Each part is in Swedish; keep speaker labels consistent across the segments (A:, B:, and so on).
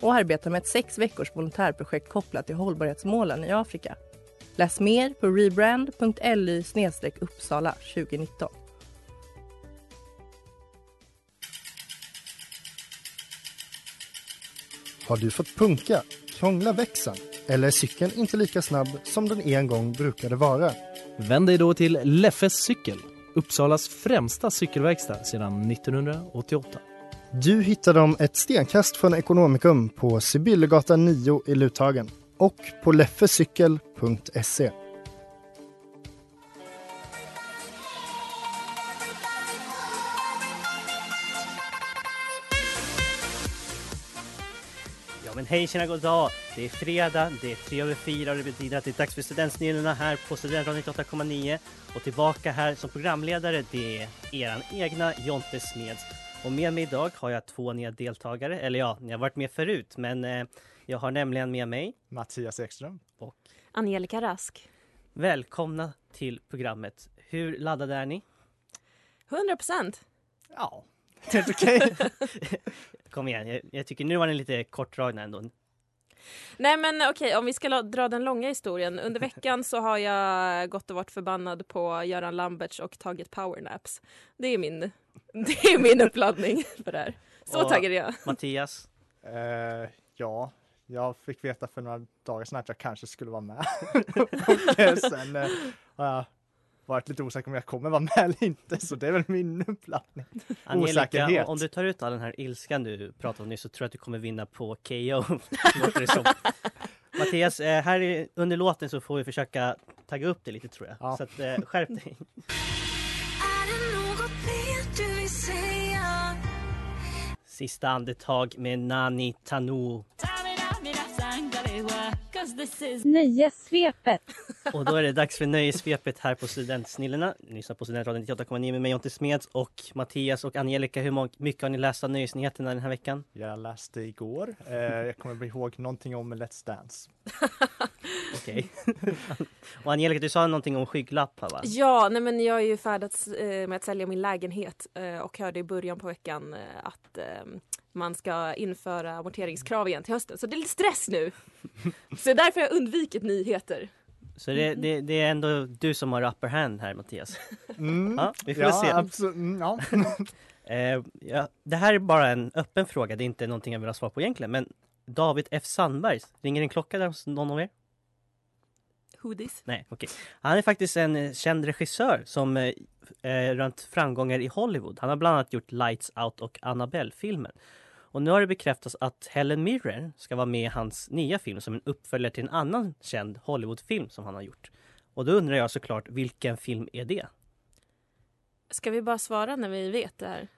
A: och arbeta med ett sex veckors volontärprojekt kopplat till hållbarhetsmålen i Afrika. Läs mer på rebrand.ly uppsala 2019.
B: Har du fått punka, krångla växeln eller är cykeln inte lika snabb som den en gång brukade vara?
C: Vänd dig då till Leffes cykel, Uppsalas främsta cykelverkstad sedan 1988.
B: Du hittar dem ett stenkast från Ekonomikum på Sibyllegatan 9 i Luthagen och på leffecykel.se.
D: Ja men hej tjena god dag! Det är fredag, det är tre över fyra och det betyder att det är dags för Studentsnillena här på Studentradion 98,9 och tillbaka här som programledare det är eran egna Jonte Smeds och med mig idag har jag två nya deltagare, eller ja, ni har varit med förut men eh, jag har nämligen med mig
E: Mattias Ekström.
F: Angelica Rask.
D: Välkomna till programmet! Hur laddade är ni?
F: 100 procent.
E: Ja, helt okej.
D: Kom igen, jag, jag tycker nu var ni lite kortdragna ändå.
F: Nej men okej, om vi ska la- dra den långa historien. Under veckan så har jag gått och varit förbannad på Göran Lamberts och tagit powernaps. Det är min, det är min uppladdning för det här. Så
D: Och
F: taggad är jag.
D: Mattias,
E: Eh, ja, jag fick veta för några dagar sedan att jag kanske skulle vara med. och eh, sen eh, har jag varit lite osäker om jag kommer vara med eller inte, så det är väl min uppladdning.
D: Angelica,
E: Osäkerhet.
D: om du tar ut all den här ilskan du pratade om nyss så tror jag att du kommer vinna på KO. Låter det som. Mattias, eh, här i- under låten så får vi försöka tagga upp det lite tror jag.
E: Ja.
D: Så att, eh, skärp dig. Sista andetag med Nani Tanou.
G: Nöjessvepet.
D: Och då är det dags för nöjessvepet här på Studentsnillena. Ni lyssnar på Studentradion 98,9 med mig Jonte Smeds och Mattias och Angelica. Hur må- mycket har ni läst av nöjesnyheterna den här veckan?
E: Jag läste igår, eh, jag kommer inte ihåg någonting om Let's Dance.
D: Okej. och Angelica, du sa någonting om skygglappar va?
F: Ja, nej men jag är ju färdats eh, med att sälja min lägenhet eh, och hörde i början på veckan eh, att eh, man ska införa amorteringskrav igen till hösten. Så det är lite stress nu. Så därför har jag undvikit nyheter.
D: Så det, det, det är ändå du som har upper hand här Mattias.
E: Mm.
D: Ja, vi får
E: ja,
D: se.
E: Absolut. Mm, ja.
D: Eh, ja, det här är bara en öppen fråga, det är inte någonting jag vill ha svar på egentligen. Men David F Sandberg, ringer en klocka där hos någon av er?
F: Hoodies.
D: Nej, okej. Han är faktiskt en eh, känd regissör som eh, eh, rönt framgångar i Hollywood. Han har bland annat gjort Lights Out och Annabelle-filmen. Och nu har det bekräftats att Helen Mirren ska vara med i hans nya film som en uppföljare till en annan känd Hollywoodfilm som han har gjort. Och då undrar jag såklart, vilken film är det?
F: Ska vi bara svara när vi vet det här?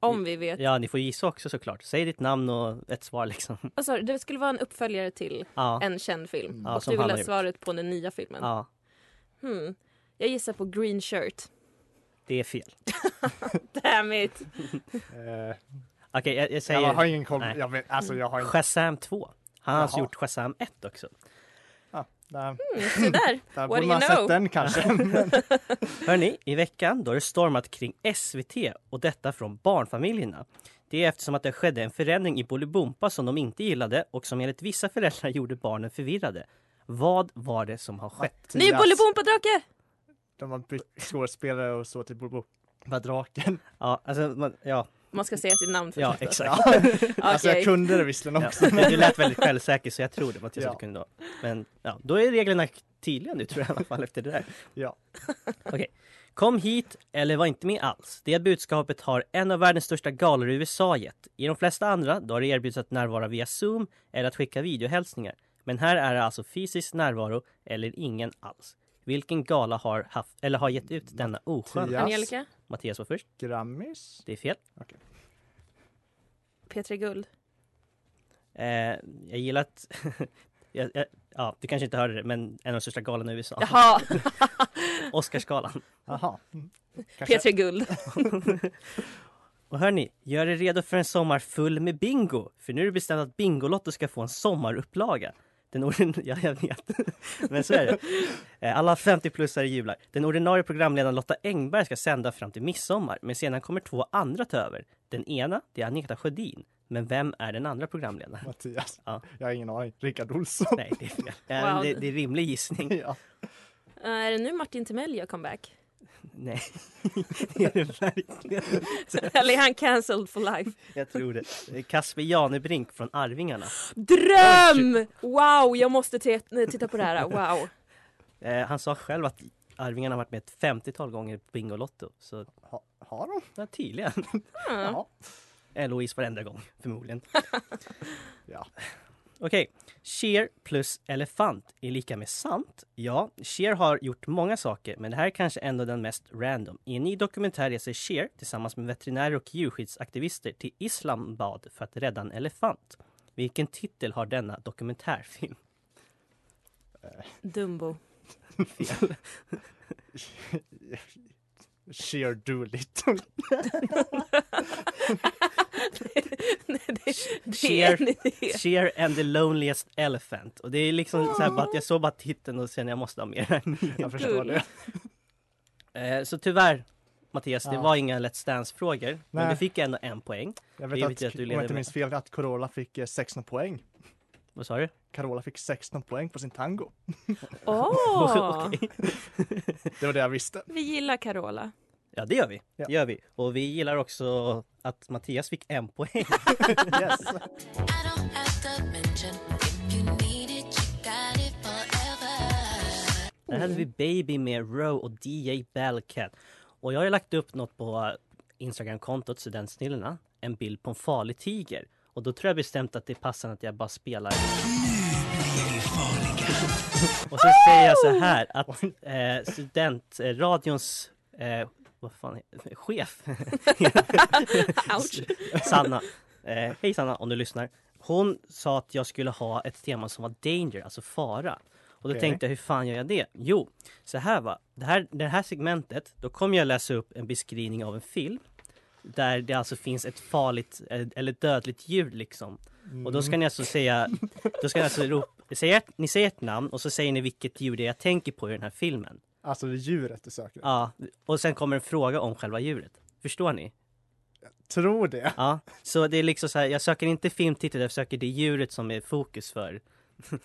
F: Om vi vet.
D: Ja, ni får gissa också såklart. Säg ditt namn och ett svar liksom.
F: Alltså, det skulle vara en uppföljare till
D: Ja, Mm.
F: en känd film.
D: Ja,
F: och
D: som
F: du
D: han
F: vill
D: har
F: ha
D: gjort.
F: svaret på den nya filmen.
D: ja
F: Hmm. Jag gissar på Green Shirt.
D: det är fel.
F: Damn it!
E: Eh,
D: Okej, jag, jag säger...
E: jag har ingen koll,
D: Nej.
E: jag vet, alltså jag har inte...
D: Shazam 2. Han har alltså
E: Jaha.
D: gjort Shazam 1 också. Mm.
E: Där,
F: Så där.
E: där
F: Hmm, What
E: borde
F: do
E: man
F: you
E: ha
F: know?
E: sett den kanske.
D: Hörni, i veckan då har det stormat kring SVT och detta från barnfamiljerna. Det är eftersom att det skedde en förändring i Bolibompa som de inte gillade och som enligt vissa föräldrar gjorde barnen förvirrade. Vad var det som har skett?
F: Ny
E: Mattias,
F: Bolibompa-drake!
E: De har bytt skådespelare och så till Bobo. Vad draken.
D: Ja, alltså, man, ja,
F: Man ska säga sitt namn först.
D: ja exakt.
E: Alltså jag
F: Okej.
E: kunde det visserligen också.
D: Ja, men du lät väldigt självsäker så jag tror det Mattias att
E: Ja.
D: du kunde då. Men ja, då är reglerna tydliga nu tror jag i alla fall efter det där.
E: Ja.
D: Okej. Kom hit eller var inte med alls. Det budskapet har en av världens största galor i USA gett. I de flesta andra då har det erbjudits att närvara via Zoom eller att skicka videohälsningar. Men här är det alltså fysisk närvaro eller ingen alls. Vilken gala har haft eller har gett ut denna oskön?
E: Mattias.
F: Angelica?
D: Mattias var först.
E: Grammis?
D: Det är fel.
F: P3 Guld.
D: Eh, jag gillar att... jag, jag, ja, du kanske inte hörde det, men en av de största galorna i USA.
F: Jaha,
D: Oscarsgalan.
E: Jaha. Mm. Kanske-
F: P3 Guld.
D: Och hörni, gör er redo för en sommar full med bingo! För nu är det bestämt att Bingolotto ska få en sommarupplaga. Den ordin... Ja, jag vet. Men så är det. Eh, Alla 50-plussare jublar. Den ordinarie programledaren Lotta Engberg ska sända fram till midsommar, men sedan kommer två andra ta över. Den ena, det är Agneta Sjödin. Men vem är den andra programledaren?
E: Mattias.
D: Ja.
E: Jag har ingen aning. Rickard Olsson.
D: Nej, det är fel. Eh,
F: Wow.
D: Det, det är rimlig gissning.
E: Ja.
F: Eh, Är det nu Martin Timell gör comeback?
D: Nej, det är det verkligen
F: Eller är han cancelled for life?
D: Jag tror det. Det är Kasper Janebrink från Arvingarna.
F: Dröm! Wow, jag måste te- nej, titta på det här. Wow.
D: Eh, han sa själv att Arvingarna har varit med ett 50-tal gånger på Bingolotto. Så
E: Ha, har de?
D: ja, tydligen.
F: Hmm.
E: Ja.
D: Eloise varenda gång, förmodligen.
E: Ja.
D: Okej. Cher plus elefant är lika med sant. Ja, Cher har gjort många saker, men det här är kanske ändå den mest random. I en ny dokumentär reser Cher tillsammans med veterinärer och djurskyddsaktivister till Islamabad för att rädda en elefant. Vilken titel har denna dokumentärfilm?
F: Dumbo.
D: Fel.
E: Sheer Doolittle.
F: Nej, det, det är
D: Cher.
F: en idé.
D: Cher and the loneliest elephant. Och det är liksom så här bara att jag såg bara titeln och sen jag måste ha mer.
E: Jag förstår det.
D: Eh, så tyvärr Mattias, det
E: Ja.
D: var inga Let's Dance-frågor. Men
E: Nej.
D: du fick ändå en poäng.
E: Jag
D: Det är
E: vet
D: viktigt
E: att,
D: att du
E: om
D: leder
E: jag inte
D: med.
E: minns fel, att Carola fick eh, 16 poäng.
D: Vad sa du?
E: Carola fick 16 poäng på sin tango.
F: Åh!
D: Okej.
E: Det var det jag visste.
F: Vi gillar Carola.
D: Ja, det gör vi.
E: Ja.
D: Det gör vi. Och vi gillar också att Mattias fick en poäng.
E: Yes.
H: I don't have to mention. If you need it, you got it forever.
D: Där hade vi Baby med Row och DJ Bellcat. Och jag har ju lagt upp något på Instagram-kontot Studentsnillena. En bild på en farlig tiger. Och då tror jag bestämt att det är passande att jag bara spelar. Och så säger jag så här att eh, studentradions eh, vad fan är, chef
F: Ouch.
D: Sanna. Eh, hej Sanna, om du lyssnar. Hon sa att jag skulle ha ett tema som var danger, alltså fara. Och då
E: Okej.
D: tänkte jag, hur fan gör jag det? Jo, så här va. Det här, det här segmentet, då kommer jag läsa upp en beskrivning av en film. Där det alltså finns ett farligt eh, eller dödligt djur liksom. Och då ska ni alltså säga, då ska ni alltså ropa, säga, ett- ni säger ett namn och så säger ni vilket djur det är jag tänker på i den här filmen.
E: Alltså det är djuret du söker.
D: Ja, och sen kommer en fråga om själva djuret. Förstår ni?
E: Tror det.
D: Ja, så det är liksom så här, jag söker inte filmtitel, jag söker det djuret som är fokus för,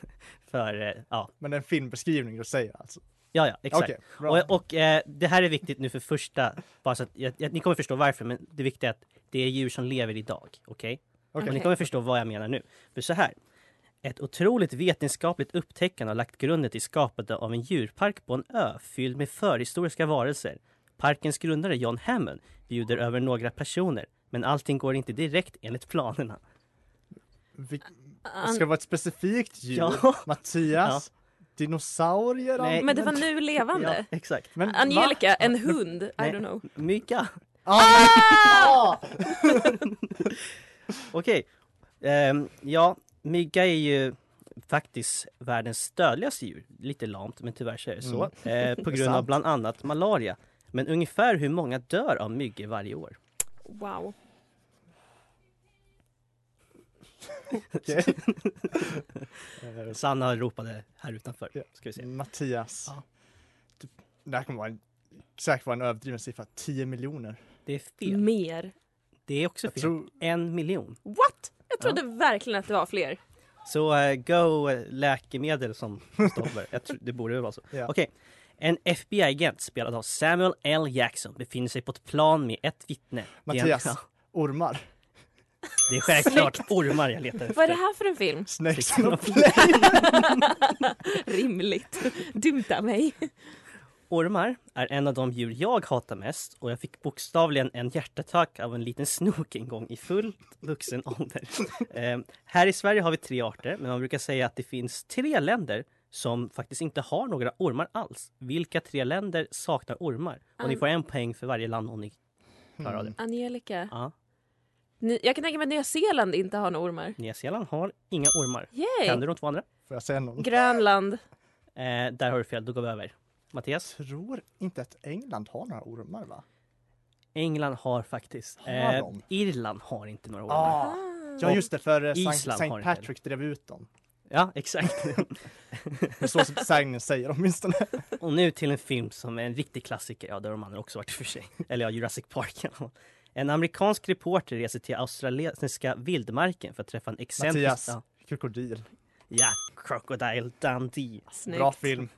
D: för, eh, ja,
E: Men det är en filmbeskrivning du säger alltså.
D: ja, ja exakt.
E: Okej, bra.
D: och och eh, det här är viktigt nu för första, bara så att, jag, jag, ni kommer förstå varför, men det viktiga är att det är djur som lever idag, okej?
E: Okej.
D: Och ni kommer förstå vad jag menar nu. För så här, ett otroligt vetenskapligt upptäckande har lagt grunden till skapandet av en djurpark på en ö fylld med förhistoriska varelser. Parkens grundare John Hammond bjuder över några personer, men allting går inte direkt enligt planerna.
E: Vi,
F: An-
E: ska det vara ett specifikt djur?
D: Ja.
E: Mattias? Dinosaurier? alltså.
D: Nej.
F: Men det var nu
D: Ja,
F: levande.
D: exakt.
E: Men, va?
F: Angelica, en hund. I
D: Nej.
F: don't know.
D: Myka!
E: Ah!
D: Okej. Ehm, ja, mygga är ju faktiskt världens dödligaste djur. Lite lamt, men tyvärr så är det så. Eh, på grund av
E: Mm. sant.
D: bland annat malaria. Men ungefär hur många dör av myggor varje år?
F: Wow.
E: Okej.
D: Sanna ropade här utanför.
E: Ja.
D: Ska vi se.
E: Mattias.
D: Ja.
E: Du, det här kommer vara en, säkert vara en överdriven siffra. 10 miljoner.
D: Det är
F: Mm.
D: fel.
F: Mer.
D: Det är också
E: Jag
D: fel.
E: tror...
D: En miljon.
F: What? Jag trodde verkligen att det var fler.
D: Så eh, go eh, läkemedel som stopper. Jag tror, det borde väl vara så.
E: Ja.
D: Okej. En FBI-agent spelad av Samuel L. Jackson befinner sig på ett plan med ett vittne. Det är en-
E: Mattias. Ormar.
D: Det är självklart ormar jag letar efter. Liksom.
F: Vad är det här för en film?
E: Snakes
D: Six
E: on a
D: of
E: plane.
F: Rimligt. Dumta mig.
D: Ormar är en av de djur jag hatar mest och jag fick bokstavligen en hjärtattack av en liten snok en gång i fullt vuxen ålder. Eh, här i Sverige har vi tre arter, men man brukar säga att det finns tre länder som faktiskt inte har några ormar alls. Vilka tre länder saknar ormar? Och ni
F: Um. Mm.
D: får en poäng för varje land om ni klarar av det.
F: Angelica,
D: Ja.
F: Ni, jag kan tänka mig att Nya Zeeland inte har några ormar.
D: Nya Zeeland har inga ormar. Kan du
F: Yay!
D: de två andra?
E: Får jag säga någon?
F: Grönland.
D: Eh, där har du fel, då går vi över. Mattias?
E: Tror inte att England har några ormar va?
D: England har faktiskt. eh,
E: Har de?
D: Irland har inte några ormar.
E: Ah, ja
D: Och
E: just det, för eh, Sankt-
D: Island har
E: Saint
D: inte
E: Patrick drev ut dem.
D: Ja, exakt.
E: Det är så sägnen säger åtminstone.
D: Och nu till en film som är en riktig klassiker. Ja, där har de andra också varit i och för sig. Eller ja, Jurassic Park. ja. En amerikansk reporter reser till australiensiska vildmarken för att träffa en excentrisk...
E: Mattias.
D: Ja,
E: Krokodil.
D: ja, Crocodile Dundee.
F: Snyggt.
E: Bra film.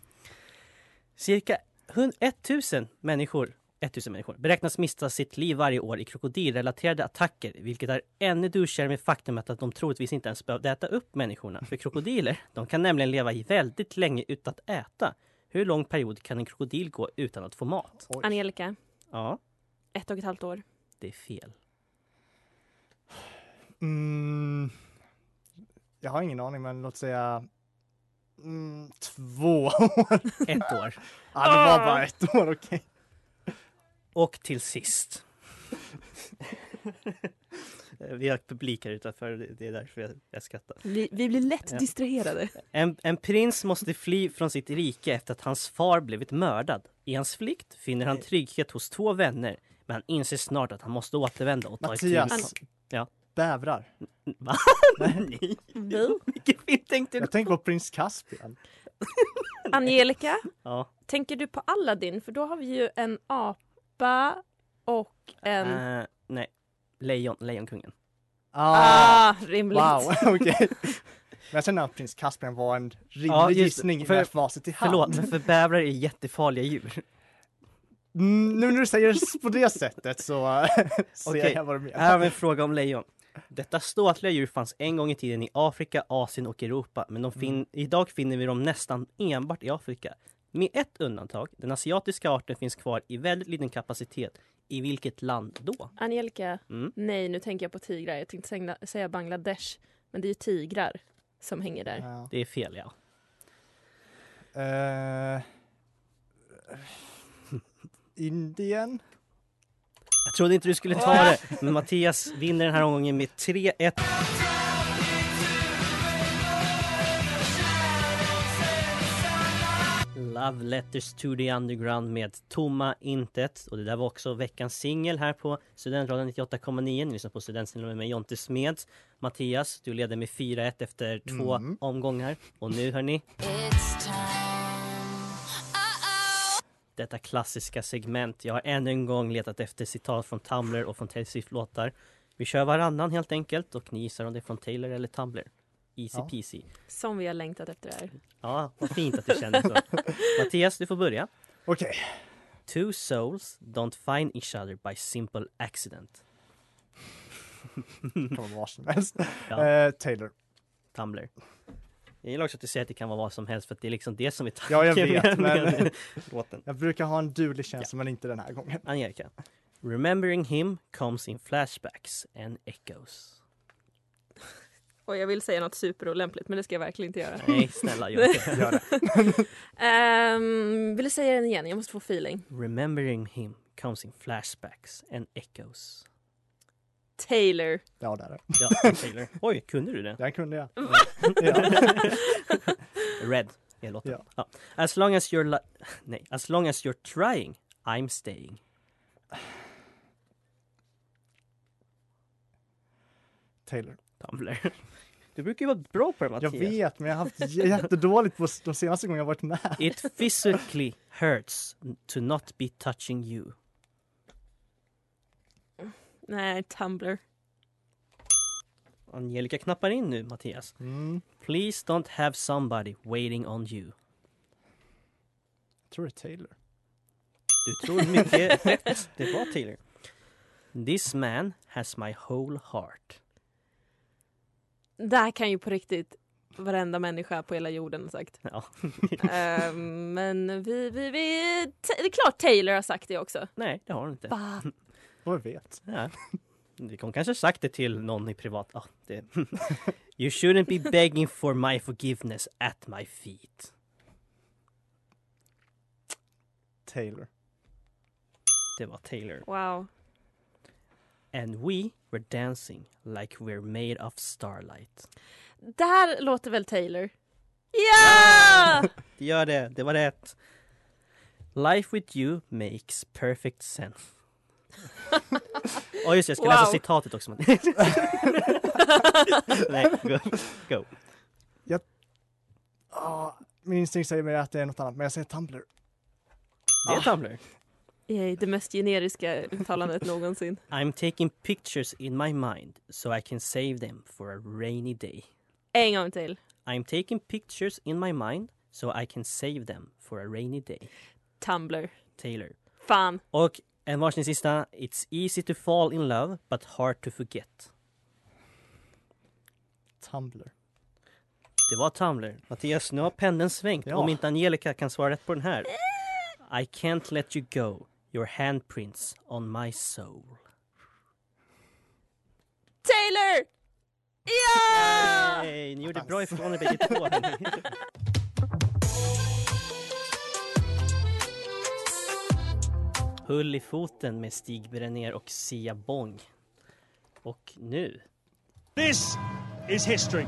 D: Cirka 100 1000 människor, 1000 människor beräknas mista sitt liv varje år i krokodilrelaterade attacker, vilket är ännu duschigare med faktumet att de troligtvis inte ens behövde äta upp människorna. För krokodiler, de kan nämligen leva i väldigt länge utan att äta. Hur lång period kan en krokodil gå utan att få mat?
E: Oj.
F: Angelica,
D: Ja,
F: ett och ett halvt år.
D: det är fel.
E: Mm, jag har ingen aning men låt säga mm, två år.
D: Ett år.
E: Ja, det var
D: Ah.
E: bara ett år, okej.
D: Och till sist. Vi har publik här utanför, det är därför jag, jag skrattar.
F: Vi, vi blir lätt
D: Ja.
F: distraherade.
D: En, en prins måste fly från sitt rike efter att hans far blivit mördad. I hans flykt finner han trygghet hos två vänner, men han inser snart att han måste återvända och ta itu med...
E: Mattias.
D: Ja.
E: Bävrar.
D: Va? Alltså- Nej! Vilken film tänkte du?
E: Jag tänker på prins Caspian.
F: Angelica,
D: Ja.
F: tänker du på Aladdin? För då har vi ju en apa och en...
D: Eh, nej. Lejon, Lejonkungen.
E: Ah,
F: Ah, rimligt.
E: wow, okej. Men jag känner att prins Caspian var en rimlig
D: Ja, just det.
E: gissning
D: För-
E: med facit i hand.
D: Förlåt, men för bävrar är jättefarliga djur.
E: Mm, nu när du säger det på det sättet så ser
D: Okej.
E: jag vad du menar.
D: Här har vi en fråga om lejon. Detta ståtliga djur fanns en gång i tiden i Afrika, Asien och Europa, men de fin- idag finner vi dem nästan enbart i Afrika. Med ett undantag, den asiatiska arten finns kvar i väldigt liten kapacitet. I vilket land då?
F: Angelica,
D: Mm.
F: nej nu tänker jag på tigrar. Jag tänkte sägna- säga Bangladesh, men det är ju tigrar som hänger där.
E: Ja.
D: Det är fel ja.
E: Eh, Indien?
D: Jag trodde inte du skulle ta det, men Mattias vinner den här omgången med 3-1. Love Letters to the Underground med Tomma Intet. Och det där var också veckans singel här på Studentradion 98,9. Ni lyssnar på Studentsnillen med Jonte Smeds. Mattias, du leder med 4-1 efter två
E: Mm.
D: omgångar. Och nu hörni,
H: It's time. Uh-oh.
D: detta klassiska segment. Jag har ännu en gång letat efter citat från Tumblr och från Taylor Swift-låtar. Vi kör varannan helt enkelt och ni gissar om det är från Taylor eller Tumblr. Easy
E: Ja.
D: peasy.
F: Som vi har längtat efter det här.
D: Ja, vad fint att du känner så. Mattias, du får börja.
E: Okej.
D: Two souls don't find each other by simple accident.
E: kan vara vad som helst.
D: Ja.
E: Eh, Taylor.
D: Tumblr. Jag gillar också att du säger att det kan vara vad som helst för att det är liksom det som är tanken
E: Ja, jag vet,
D: med-
E: men-
D: med låten.
E: Jag brukar ha en dulig känsla men inte den här gången.
D: Angelica. Remembering him comes in flashbacks and echoes.
F: Och jag vill säga något superolämpligt men det ska jag verkligen inte göra.
D: Nej, snälla gör det. Gör det.
F: Ehm, vill du säga den igen? Jag måste få feeling.
D: Remembering him comes in flashbacks and echoes.
F: Taylor.
E: Ja, där är det.
D: Ja, Taylor. Oj, kunde du det?
E: Den kunde jag. ja.
D: Red är låten.
E: Ja.
D: Ja. As long as you're li- Nej, as long as you're trying, I'm staying.
E: Taylor.
D: Tumblr. Du brukar ju vara bra på det
E: Jag
D: Mattias.
E: vet, men jag har haft j- jättedåligt på s- de senaste gångerna jag varit med.
D: It physically hurts to not be touching you.
F: Nej, Tumblr.
D: Angelica knappar in nu Mattias.
E: Mm.
D: Please don't have somebody waiting on you.
E: Jag tror det är Taylor.
D: Du tror mycket rätt. Det var Taylor. This man has my whole heart.
F: Det här kan ju på riktigt varenda människa på hela jorden ha sagt.
D: Ja.
F: Ehm, men vi, vi, vi... Ta- Det är klart Taylor har sagt det också.
D: Nej, det har hon inte.
F: Va?
E: Vad jag vet.
D: Ja. Hon kanske sagt det till någon i privat... Ah, det. You shouldn't be begging for my forgiveness at my feet.
E: Taylor.
D: Det var Taylor.
F: Wow.
D: And we were dancing like we're made of starlight.
F: Det här låter väl Taylor? Ja!
D: Det gör det, det var rätt. Life with you makes perfect sense. Ja just det, jag ska läsa
F: Wow.
D: citatet också. Nej, go. go.
E: Ah, min instinkt säger mig att det är något annat, men jag säger Tumblr.
D: Det är Tumblr.
F: Yay, det mest generiska uttalandet någonsin.
D: Ah, I'm taking pictures in my mind so I can save them for a rainy day.
F: En gång till.
D: I'm taking pictures in my mind so I can save them for a rainy day.
F: Tumblr.
D: Taylor.
F: Fan.
D: Och en varsin sista. It's easy to fall in love but hard to forget.
E: Tumblr.
D: Det var Tumblr. Mattias, nu har pendeln svängt.
E: Ja.
D: Om inte Angelica kan svara rätt på den här. I can't let you go. Your handprints on my soul.
F: Taylor! Ja!
D: Hey, ni gjorde bra ifrån er bägge två. hörni. Hull i foten med Stig Brenner och Sia Bong. Och nu,
G: This is history.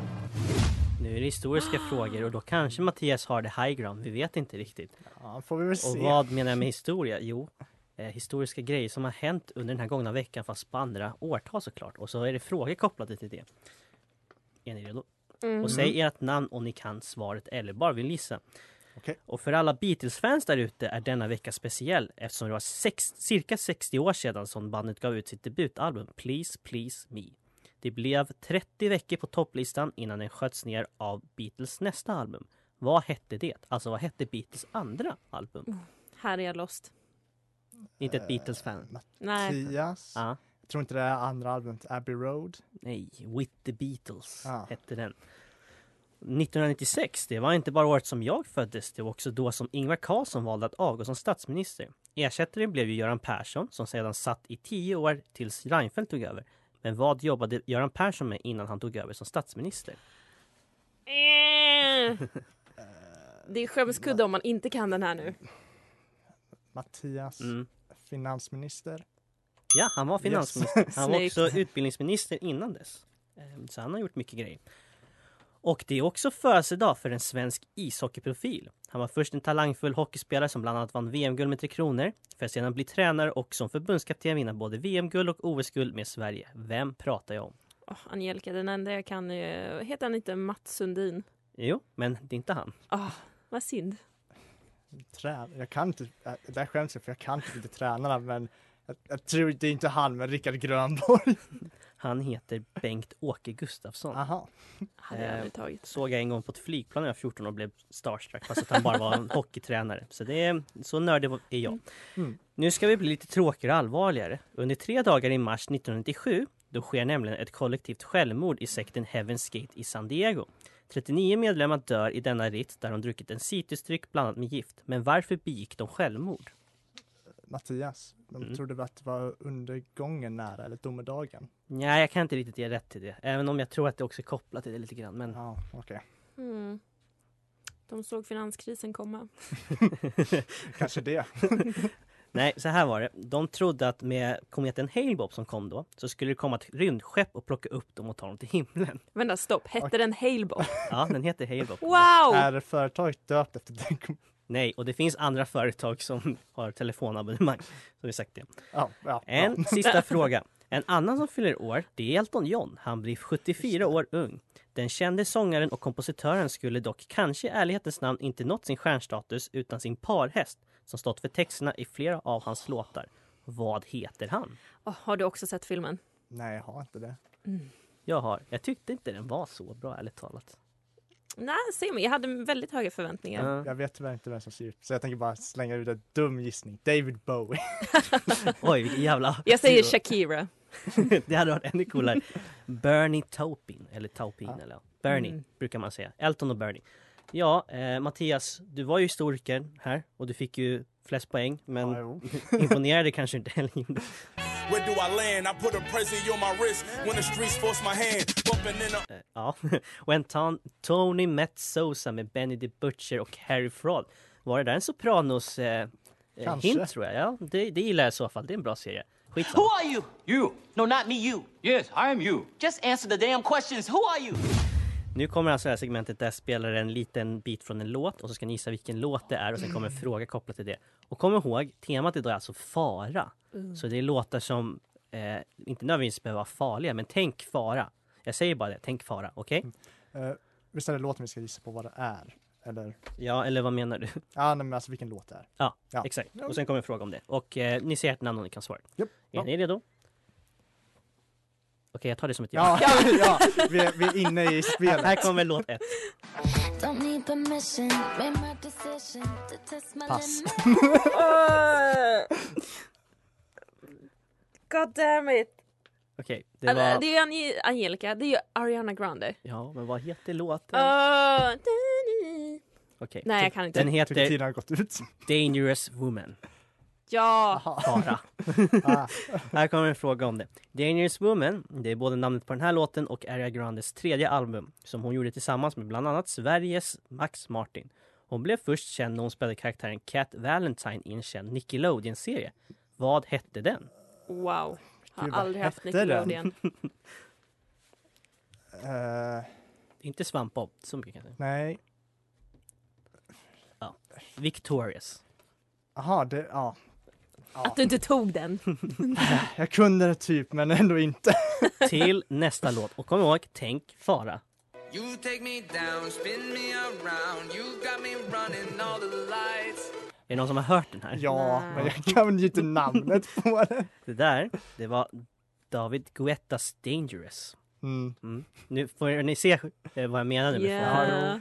D: nu är det historiska frågor och då kanske Mattias har det high ground, vi vet inte riktigt.
E: Ja, får vi väl se.
D: Och vad menar jag med historia? Jo, eh, historiska grejer som har hänt under den här gångna veckan fast på andra årtal såklart. Och så är det frågor kopplade till det. Är ni redo? Och säg ert namn om ni kan svaret eller bara vill gissa.
E: Okej.
D: Och för alla Beatles-fans där ute är denna vecka speciell eftersom det var sex, cirka 60 år sedan som bandet gav ut sitt debutalbum Please Please Me. Det blev 30 veckor på topplistan innan den sköts ner av Beatles nästa album. Vad hette det? Alltså vad hette Beatles andra album?
F: Här är jag lost.
D: Inte ett Beatles-fan.
F: Nej.
E: Mattias.
D: Ja,
E: Jag tror inte det är andra albumet, Abbey Road.
D: nej, With the Beatles
E: Ja.
D: hette den. 1996, det var inte bara året som jag föddes, det var också då som Ingvar Carlsson valde att avgå som statsminister. Ersättaren blev ju Göran Persson som sedan satt i tio år tills Reinfeldt tog över. Men vad jobbade Göran Persson med innan han tog över som statsminister?
F: Eh. Det är skämskudde om man inte kan den här nu.
E: Mattias,
D: Mm.
E: finansminister.
D: Ja, han var finansminister. Han var
F: Snyggt.
D: också utbildningsminister innan dess. Ehm, Så han har gjort mycket grejer. Och det är också födelsedag för en svensk ishockeyprofil. Han var först en talangfull hockeyspelare som bland annat vann VM-guld med Tre Kronor, för att sedan bli tränare och som förbundskapten vinna både VM-guld och OS-guld med Sverige. Vem pratar jag om?
F: Åh, Angelica, den enda jag kan är... Heter han inte Mats Sundin?
D: Jo, men det är inte han.
F: Ah, vad synd.
E: Trä... Jag kan inte, äh, det där skäms jag för jag kan typ inte tränarna men jag, jag tror det är inte han men Rickard Grönborg.
D: Han heter Bengt-Åke Gustafsson.
E: Aha.
F: Hade jag
D: Eh,
F: aldrig tagit.
D: Såg jag en gång på ett flygplan när jag var 14 och blev starstruck fast att han bara var en hockeytränare. Så, det är, så nördig var- är jag.
E: Mm.
D: Nu ska vi bli lite tråkigare och allvarligare. Under tre dagar i mars 1997 då sker nämligen ett kollektivt självmord i sekten Heaven's Gate i San Diego. 39 medlemmar dör i denna ritt där de druckit en citrusdryck blandat med gift. Men varför begick de självmord?
E: Mattias, de
D: Mm.
E: trodde väl att det var undergången nära eller domedagen?
D: Nej, jag kan inte riktigt ge rätt till det. Även om jag tror att det också är kopplat till det lite grann. Men
E: Ja, okej.
F: Mm. De såg finanskrisen komma.
E: Kanske det.
D: Nej, så här var det. De trodde att med kometen Hale-Bopp som kom då så skulle det komma ett rymdskepp och plocka upp dem och ta dem till himlen.
F: Vänta, stopp. Hette den Halebop?
D: Ja, den heter Hale-Bopp. Äh.
F: Wow!
E: Är företaget döpt efter den? kom-
D: Nej, och det finns andra företag som har telefonabonnemang. Så vi sagt det.
E: Ja, ja, ja.
D: En sista fråga. En annan som fyller år, det är Elton John. Han blir 74 år ung. Den kände sångaren och kompositören skulle dock kanske i ärlighetens namn inte nått sin stjärnstatus utan sin parhäst som stått för texterna i flera av hans låtar. Vad heter han?
F: Åh, har du också sett filmen?
E: Nej, jag har inte det.
D: Jag har. Jag tyckte inte den var så bra ärligt talat.
F: Nej, se mig. Jag hade väldigt höga förväntningar.
D: Ja.
E: Jag vet tyvärr inte vem som ser ut, så jag tänker bara slänga ut en dum gissning. David Bowie.
D: Oj vilken jävla...
F: Jag säger Shakira.
D: det hade varit ännu coolare. Bernie Taupin, eller Taupin eller Bernie
F: Mm.
D: brukar man säga. Elton och Bernie. Ja, eh, Mattias, du var ju historiker här och du fick ju flest poäng men
E: Ja, jo.
D: imponerade kanske inte heller. gjorde.
I: Where do I land? I put a prezi on my wrist when the streets force my hand. Bumping in a
D: Eh, ja. Och en ton, Tony Metzosa med Benny the Butcher och Harry Fraud. Var det där en Sopranos eh, eh,
E: Kanske.
D: hint tror jag? Ja, det, det gillar jag i så fall. Det är en bra serie. Skitsamma.
J: Who are you? You. No, not me, you. Yes, I am you. Just answer the damn questions. Who are you?
D: Nu kommer alltså det här segmentet där jag spelar en liten bit från en låt och så ska ni gissa vilken låt det är och sen kommer en fråga kopplat till det. Och kom ihåg, temat idag är alltså fara.
K: Mm.
D: Så det är låtar som eh, inte nödvändigtvis behöver vara farliga, men tänk fara. Jag säger bara det, tänk fara, okej?
E: Eh, visst är det låten vi ska gissa på vad det är? Eller?
D: Ja, eller vad menar du?
E: Ja, nej, men alltså vilken låt det är.
D: Ja, exakt. Och sen kommer en fråga om det. Och eh, ni säger ett namn om ni kan svara. Är ni redo? Okej, jag tar det som ett
E: Ja, ja, vi är- vi är inne i spelet.
D: Här kommer låt ett.
H: Don't need permission, made my decision to test my
D: Pass.
H: limits.
F: God damn it!
D: Okej,
F: Alltså, Det,
D: det var...
F: är Ange- Angelica, det är ju Ariana Grande.
D: Ja, men vad heter låten?
F: Åh,
D: Okej.
F: Nej, jag kan inte.
D: Den heter...
F: Tycker
E: tiden har gått ut.
D: Dangerous Woman.
F: ja!
D: Fara. här kommer en fråga om det. Dangerous Woman, det är både namnet på den här låten och Ariana Grandes tredje album som hon gjorde tillsammans med bland annat Sveriges Max Martin. Hon blev först känd när hon spelade karaktären Cat Valentine i en känd Nickelodeon-serie. Vad hette den?
F: Wow. Har
D: Gud, vad
F: aldrig haft
D: hette den?
F: Nickelodeon.
E: Eh,
D: Inte Svampbob, så mycket kan jag säga.
E: nej.
D: Ja. Victorious.
E: Jaha, det, ja.
F: Att du inte tog den.
E: Jag kunde det typ, men ändå inte.
D: Till nästa låt. Och kom ihåg, tänk fara.
L: You take me down, spin me around. You got me running all the lights.
D: Är det någon som har hört den här?
E: Ja, men jag kan ju inte namnet på det.
D: Det där, det var David Guettas Dangerous.
E: Mm.
D: Nu får ni se eh, vad jag menade med
F: Yeah.
D: fara.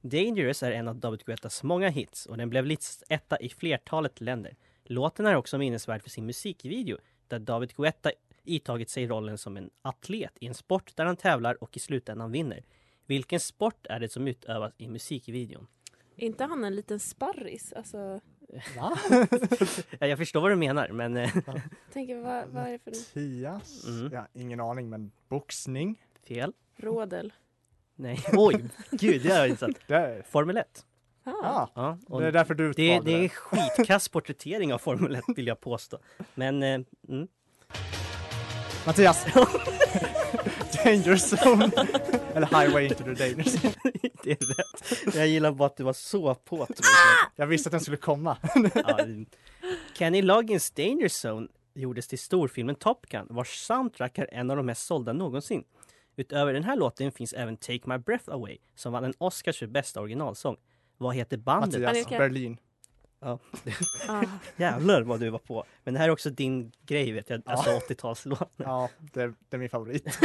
D: Dangerous är en av David Guettas många hits och den blev listetta i flertalet länder. Låten är också minnesvärd för sin musikvideo där David Guetta itagit sig rollen som en atlet i en sport där han tävlar och i slutändan vinner. Vilken sport är det som utövas i musikvideon?
F: Är inte han en liten sparris? Alltså,
D: Va? jag förstår vad du menar men... eh,
F: tänker, vad, vad är det för
E: Mattias?
D: Mm.
E: Ja, ingen aning, men boxning?
D: Fel.
F: rådel?
D: Nej, oj! Gud, det har jag inte
E: sett.
D: Formel 1.
F: Ah.
D: Ja, och
E: Det är därför du
D: det,
E: utvalde
D: det är
E: den.
D: skitkass porträttering av Formel 1 vill jag påstå. Men, eh, mm.
E: Mattias! dangerous zone! Eller highway into the dangerous zone.
D: det är rätt. Jag gillar bara att du var så på.
E: Jag visste att den skulle komma.
D: ja, mm. Kenny Loggins Danger Zone gjordes till storfilmen Top Gun vars soundtrack är en av de mest sålda någonsin. Utöver den här låten finns även Take My Breath Away som vann en Oscars för bästa originalsång. Vad heter bandet?
E: Mattias, Angelica. Berlin.
D: Ja.
F: Ah.
D: Jävlar vad du var på. Men det här är också din grej vet jag, alltså
E: Ja.
D: 80-talslåt.
E: Ja, det, det är min favorit.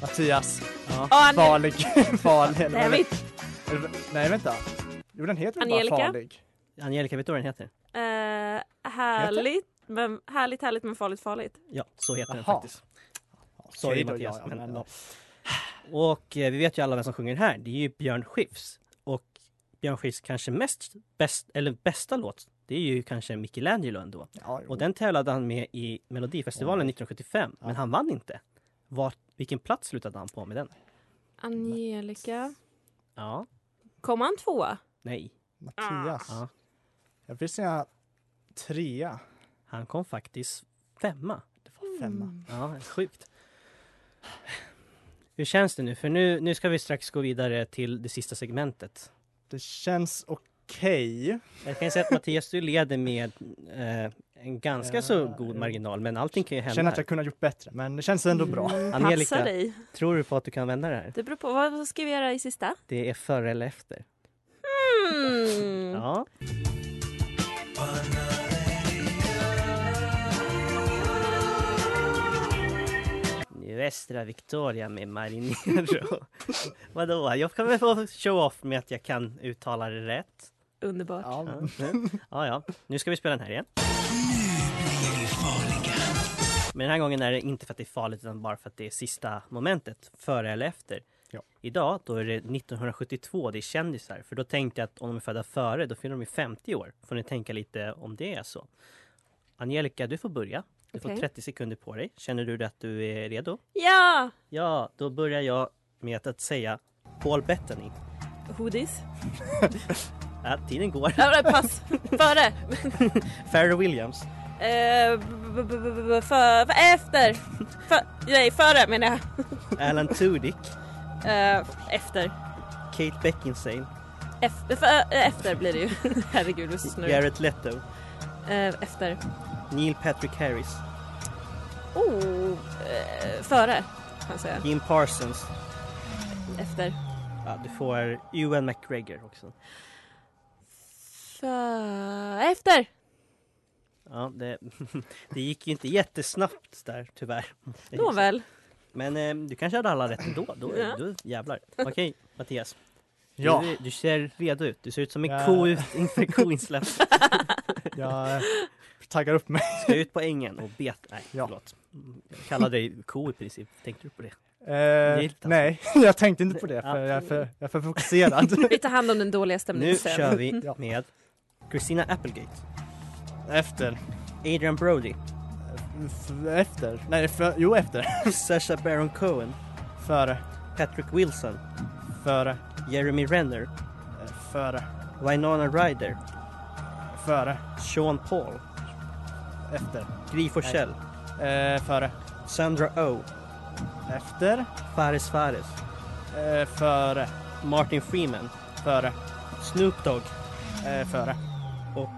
E: Mattias.
D: Ja.
F: Ah, nej.
E: farlig. farlig.
F: Nej, jag vet.
E: Eller, nej, vänta. Jo, den heter väl
F: Angelica?
E: bara Farlig?
D: Angelica, vet du vad den heter?
F: Eh, härligt, men, härligt, härligt men farligt, farligt.
D: Ja, så heter den
F: Jaha.
D: faktiskt. Sorry
E: då,
D: Mattias.
E: ja, ja,
D: men,
E: men-
D: ja. Och eh, vi vet ju alla vem som sjunger den här. Det är ju Björn Skifs. Och Björn Skifs kanske mest bäst, eller bästa låt, det är ju kanske Michelangelo ändå.
E: Ja,
D: och den tävlade han med i Melodifestivalen 1975, men han vann inte. Var, vilken plats slutade han på med den?
F: Angelica.
D: Ja,
F: Kom han tvåa?
D: nej.
E: Mattias.
F: Ah.
D: Ja,
E: Jag vill säga trea.
D: han kom faktiskt femma.
F: Mm.
D: Mm.
E: Femma.
D: Ja, sjukt. Hur känns det nu? För nu, nu ska vi strax gå vidare till det sista segmentet.
E: Det känns okej.
D: Jag kan ju säga att Mattias, du leder med eh, en ganska så god marginal, men allting kan ju hända.
E: Känner att jag kunde ha gjort bättre, men det känns ändå bra.
F: Mm.
D: här.
F: Passar dig.
D: tror du på att du kan vända det här?
F: Det beror på, vad vad ska vi göra i sista?
D: Det är före eller efter?
F: Mm.
D: Ja. Västra Victoria med Marinero. Vadå? Jag kan väl få show off med att jag kan uttala det rätt.
F: Underbart.
D: Ja, ja, ja. Nu ska vi spela den här igen. Men den här gången är det inte för att det är farligt utan bara för att det är sista momentet, före eller efter. Idag, då är det 1972, det är kändisar. För då tänkte jag att om de är födda före, då fyller de ju 50 år. Får ni tänka lite om det är så. Angelica, du får börja. Du får
F: Okej.
D: 30 sekunder på dig. Känner du att du är redo?
F: Ja!
D: Ja, då börjar jag med att säga Paul Bettany.
F: Hoodies.
D: Ja, tiden går.
F: Ja, men pass. Före.
D: Pharrell Williams.
F: Eh, b- b- b- b- för, för, efter. För, nej, före menar jag.
D: Alan Tudyk,
F: Eh, efter.
D: Kate Beckinsale,
F: Efter, för, eh, efter blir det ju. Herregud, vad snurrar.
D: Jared Leto,
F: Eh, efter.
D: Neil Patrick Harris,
F: Oh, eh, före kan jag säga.
D: Jim Parsons.
F: Efter.
D: Ja, du får Ewan McGregor också.
F: För, efter.
D: Ja, det, det gick ju inte jättesnabbt där tyvärr.
F: Nåväl.
D: Men eh, du kanske hade alla rätt ändå. Då,
F: Ja.
D: då jävlar. Okej, Mattias.
E: Ja.
D: Du, du ser redo ut. Du ser ut som en
E: Ja.
D: ko ut- inför koinsläpp.
E: Jag eh, taggar upp mig.
D: Ska ut på ängen och bet... Nej,
E: Ja.
D: förlåt. Jag kallade dig ko i princip. Tänkte du på det?
E: Eh,
D: Gillt alltså.
E: nej, jag tänkte inte på det
D: Ja.
E: för jag är för, jag är för fokuserad.
F: Vi tar hand om den dåliga stämningen
D: Nu
F: sen.
D: kör vi
E: Ja.
D: med Christina Applegate,
E: Efter.
D: Adrian Brody,
E: F- Efter? Nej, för, jo efter.
D: Sacha Baron Cohen,
E: Före.
D: Patrick Wilson,
E: Före.
D: Jeremy Renner,
E: Eh, Före.
D: Winona Ryder,
E: Före.
D: Sean Paul,
E: Efter.
D: Gry Forssell,
E: Eh, före.
D: Sandra Oh,
E: Efter.
D: Fares Fares,
E: Eh, före.
D: Martin Freeman,
E: Före.
D: Snoop Dogg
E: Eh, före.
D: och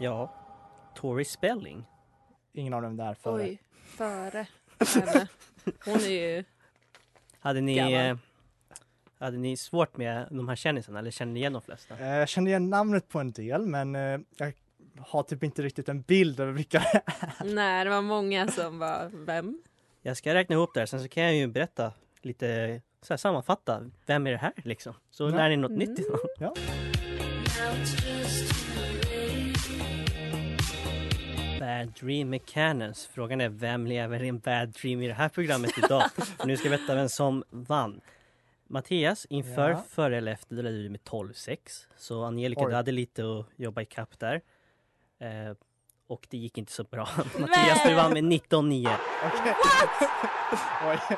D: ja, Tori Spelling.
E: Ingen av dem där före.
F: Oj, före. Henne. Hon är ju...
D: Hade ni,
F: Gammal.
D: eh, hade ni svårt med de här kändisarna eller känner ni igen de flesta?
E: Eh, jag kände igen namnet på en del men eh, jag har typ inte riktigt en bild över vilka det är.
F: Nej, det var många som var vem?
D: Jag ska räkna ihop det här, sen så kan jag ju berätta lite, så här, sammanfatta, vem är det här liksom? Så
E: Ja.
D: lär ni något nytt idag.
E: Ja.
D: Bad Dream med Cannons. Frågan är vem lever i en bad dream i det här programmet idag? Och nu ska jag berätta vem som vann. Mattias, inför
E: Ja.
D: före eller efter delade du med 12-6. Så Angelica,
E: Oj.
D: du hade lite att jobba ikapp där. Eh, och det gick inte så bra. Mattias, du vann med 19-9.
E: Okej. Oj,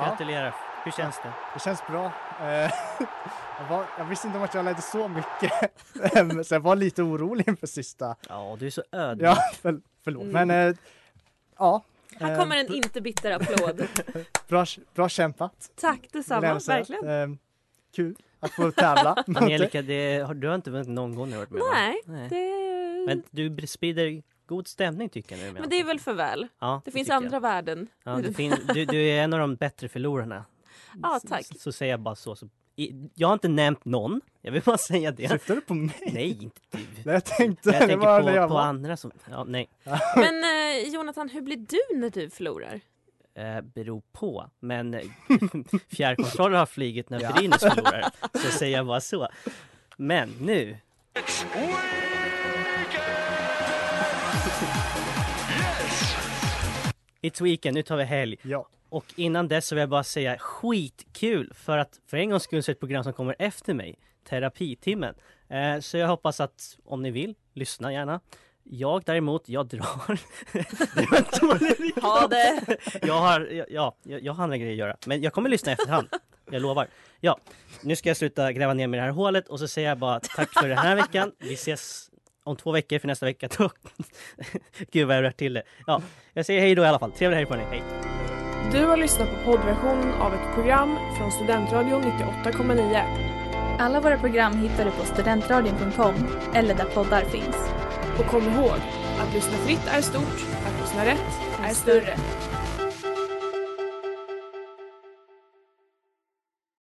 E: Ja.
D: Gratulerar! Hur känns det?
E: det känns bra. Eh, jag, var, jag visste inte om att jag lärde så mycket. Em, så jag var lite orolig inför sista.
D: Ja, du är så ödmjuk.
E: Ja, för, förlåt.
F: Mm.
E: Men eh, ja.
F: Här
E: Eh,
F: kommer en
E: br-
F: inte bitter applåd.
E: bra, bra kämpat. vill
F: Tack
E: jag
F: detsamma,
E: ändå säga.
F: verkligen.
E: Em, kul att få tävla. mot dig.
D: Angelica, det, har- du har inte vunnit någon gång när du har varit med va?
F: Nej,
D: Nej.
F: Det är...
D: Men du sprider god stämning tycker jag. när du med
F: Men det är väl för väl.
D: ja,
F: Det finns
D: tycker jag.
F: andra värden.
D: Ja, det fin- du, du är en av de bättre förlorarna.
F: Ja, tack.
D: Så, så säger jag bara så. så. I, jag har inte nämnt någon. Jag vill bara säga det.
E: Syftar du på mig?
D: Nej, inte du.
E: Nej, jag tänkte,
D: Jag
E: det var när
D: tänker
E: jag
D: på, på
E: var.
D: andra som... Ja, nej.
F: Men eh, Jonathan, hur blir du när du förlorar?
D: Eh, beror på. Men eh, fjärrkontroller har flugit när Brynäs förlorar. Så säger jag bara så. Men nu. It's weekend, nu tar vi helg.
E: Ja,
D: Och innan dess så vill jag bara säga skitkul för att för en gångs skull så är det ett program som kommer efter mig, Terapitimmen. Eh, så jag hoppas att om ni vill, lyssna gärna. Jag däremot, jag drar. Det var en dålig reklam.
F: Ha det!
D: jag har, ja, jag, jag har andra grejer att göra. Men jag kommer lyssna i efterhand. Jag lovar. Ja, nu ska jag sluta gräva ner mig i det här hålet och så säger jag bara tack för den här veckan. Vi ses om två veckor för nästa vecka. Då- Gud vad jag rör till det. Ja, jag säger hej då i alla fall. Trevlig helg på er. Hej!
K: Du har lyssnat på poddversion av ett program från Studentradion 98,9.
M: Alla våra program hittar du på studentradion.com eller där poddar finns.
K: Och kom ihåg, att lyssna fritt är stort, att lyssna rätt är större.